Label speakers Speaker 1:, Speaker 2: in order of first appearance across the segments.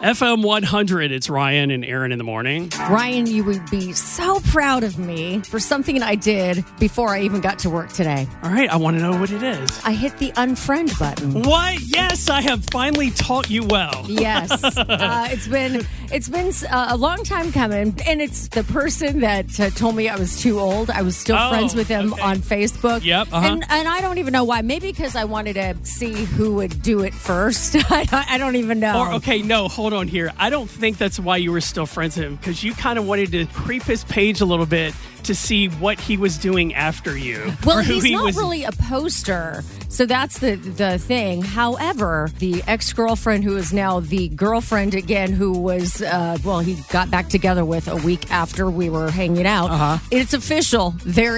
Speaker 1: FM 100, it's Ryan and Aaron in the morning.
Speaker 2: Ryan, you would be so proud of me for something I did before I even got to work today.
Speaker 1: All right, I want to know what it is.
Speaker 2: I hit the unfriend button.
Speaker 1: What? Yes, I have finally taught you well.
Speaker 2: Yes, uh, it's been it's been uh, a long time coming, and it's the person that uh, told me I was too old. I was still
Speaker 1: Oh,
Speaker 2: friends with him
Speaker 1: okay.
Speaker 2: on Facebook.
Speaker 1: Yep, uh-huh.
Speaker 2: and, and I don't even know why. Maybe because I wanted to see who would do it first. I, don't- I don't even know.
Speaker 1: Or, okay, no, hold on here. I don't think that's why you were still friends with him because you kind of wanted to creep his page a little bit to see what he was doing after you.
Speaker 2: Well,
Speaker 1: or who
Speaker 2: he's
Speaker 1: he
Speaker 2: not
Speaker 1: was-
Speaker 2: really a poster, so that's the the thing. However, the ex girlfriend who is now the girlfriend again, who was uh, well, he got back together with a week after we were hanging out.
Speaker 1: Uh-huh.
Speaker 2: It's official; they're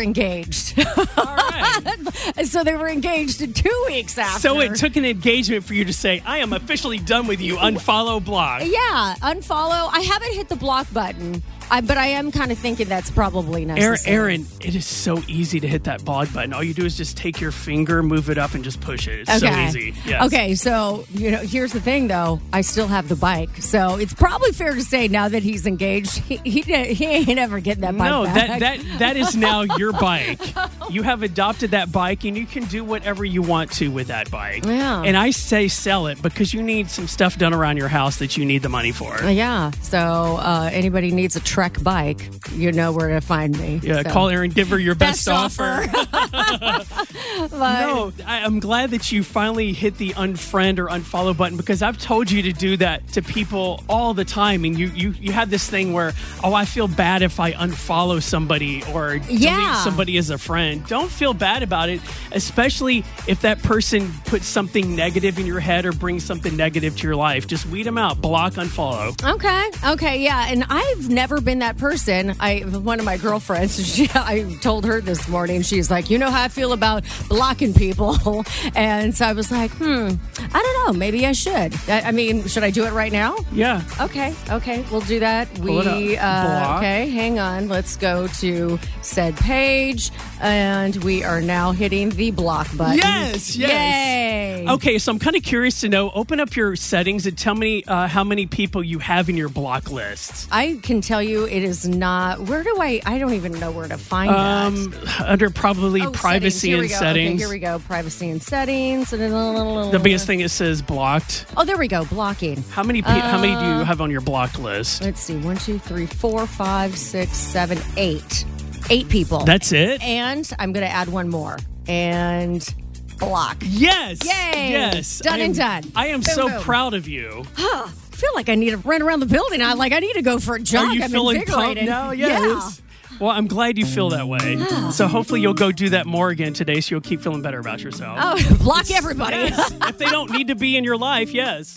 Speaker 2: engaged.
Speaker 1: All right.
Speaker 2: so they were engaged in two weeks after.
Speaker 1: So it took an engagement for you to say, I am officially done with you, unfollow blog.
Speaker 2: yeah, unfollow. I haven't hit the block button, I, but I am kind of thinking that's probably
Speaker 1: Aaron,
Speaker 2: necessary.
Speaker 1: Er, Aaron, it is so easy to hit that blog button. All you do is just take your finger, move it up, and just push it. It's so easy. Yes.
Speaker 2: Okay, so you know, here's the thing though. I still have the bike, so it's probably fair to say now that he's engaged, he he, he ain't ever getting that bike
Speaker 1: No, that,
Speaker 2: back.
Speaker 1: that that is now your bike. You have adopted that bike, and you can do whatever you want to with that bike.
Speaker 2: Yeah.
Speaker 1: And I say sell it because you need some stuff done around your house that you need the money for.
Speaker 2: Uh, yeah. So uh, anybody needs a Trek bike, you know where to find me.
Speaker 1: Yeah,
Speaker 2: So-
Speaker 1: call Aaron. Give her your best,
Speaker 2: Best offer. But-
Speaker 1: No, I, I'm glad that you finally hit the unfriend or unfollow button because I've told you to do that to people all the time, and you you you have this thing where oh I feel bad if I unfollow somebody or delete
Speaker 2: Yeah.
Speaker 1: somebody as a friend. Don't feel bad about it, especially if that person puts something negative in your head or brings something negative to your life. Just weed them out, block, unfollow.
Speaker 2: Okay. Okay. Yeah. And I've never been that person. I one of my girlfriends. She, I told her this morning. She's like, you know how I feel about blocking people, and so I was like, hmm, I don't know. Maybe I should. I, I mean, should I do it right now?
Speaker 1: Yeah,
Speaker 2: Okay. Okay. We'll do that.
Speaker 1: Pull it up.
Speaker 2: We uh,
Speaker 1: Block.
Speaker 2: okay. Hang on. Let's go to said page, and we are now hitting the block button.
Speaker 1: Yes, yes.
Speaker 2: Yay.
Speaker 1: Okay, so I'm kind of curious to know. Open up your settings and tell me uh, how many people you have in your block list.
Speaker 2: I can tell you it is not. Where do I? I don't even know where to find that.
Speaker 1: Um, under probably
Speaker 2: Oh,
Speaker 1: privacy
Speaker 2: settings.
Speaker 1: and
Speaker 2: Here we go. Okay,
Speaker 1: settings.
Speaker 2: here we go. Privacy and settings.
Speaker 1: the biggest thing it says blocked.
Speaker 2: Oh, there we go. Blocking.
Speaker 1: How many pe- how many do
Speaker 2: Uh,
Speaker 1: you have on your block list?
Speaker 2: Let's see. One, two, three, four, five, six, seven, eight. Eight people.
Speaker 1: That's it.
Speaker 2: and I'm going to add one more and block.
Speaker 1: Yes.
Speaker 2: Yay.
Speaker 1: Yes.
Speaker 2: Done
Speaker 1: I am-
Speaker 2: and done.
Speaker 1: I am
Speaker 2: Boom,
Speaker 1: so
Speaker 2: boom.
Speaker 1: proud of you.
Speaker 2: I feel like I need to run around the building. I like I need to go for a jog.
Speaker 1: Are you
Speaker 2: I'm
Speaker 1: feeling pumped
Speaker 2: invigorated.
Speaker 1: now? Yes. Well, I'm glad you feel that way. So hopefully you'll go do that more again today so you'll keep feeling better about yourself.
Speaker 2: Yeah. Oh, block everybody.
Speaker 1: Yes. if they don't need to be in your life, yes.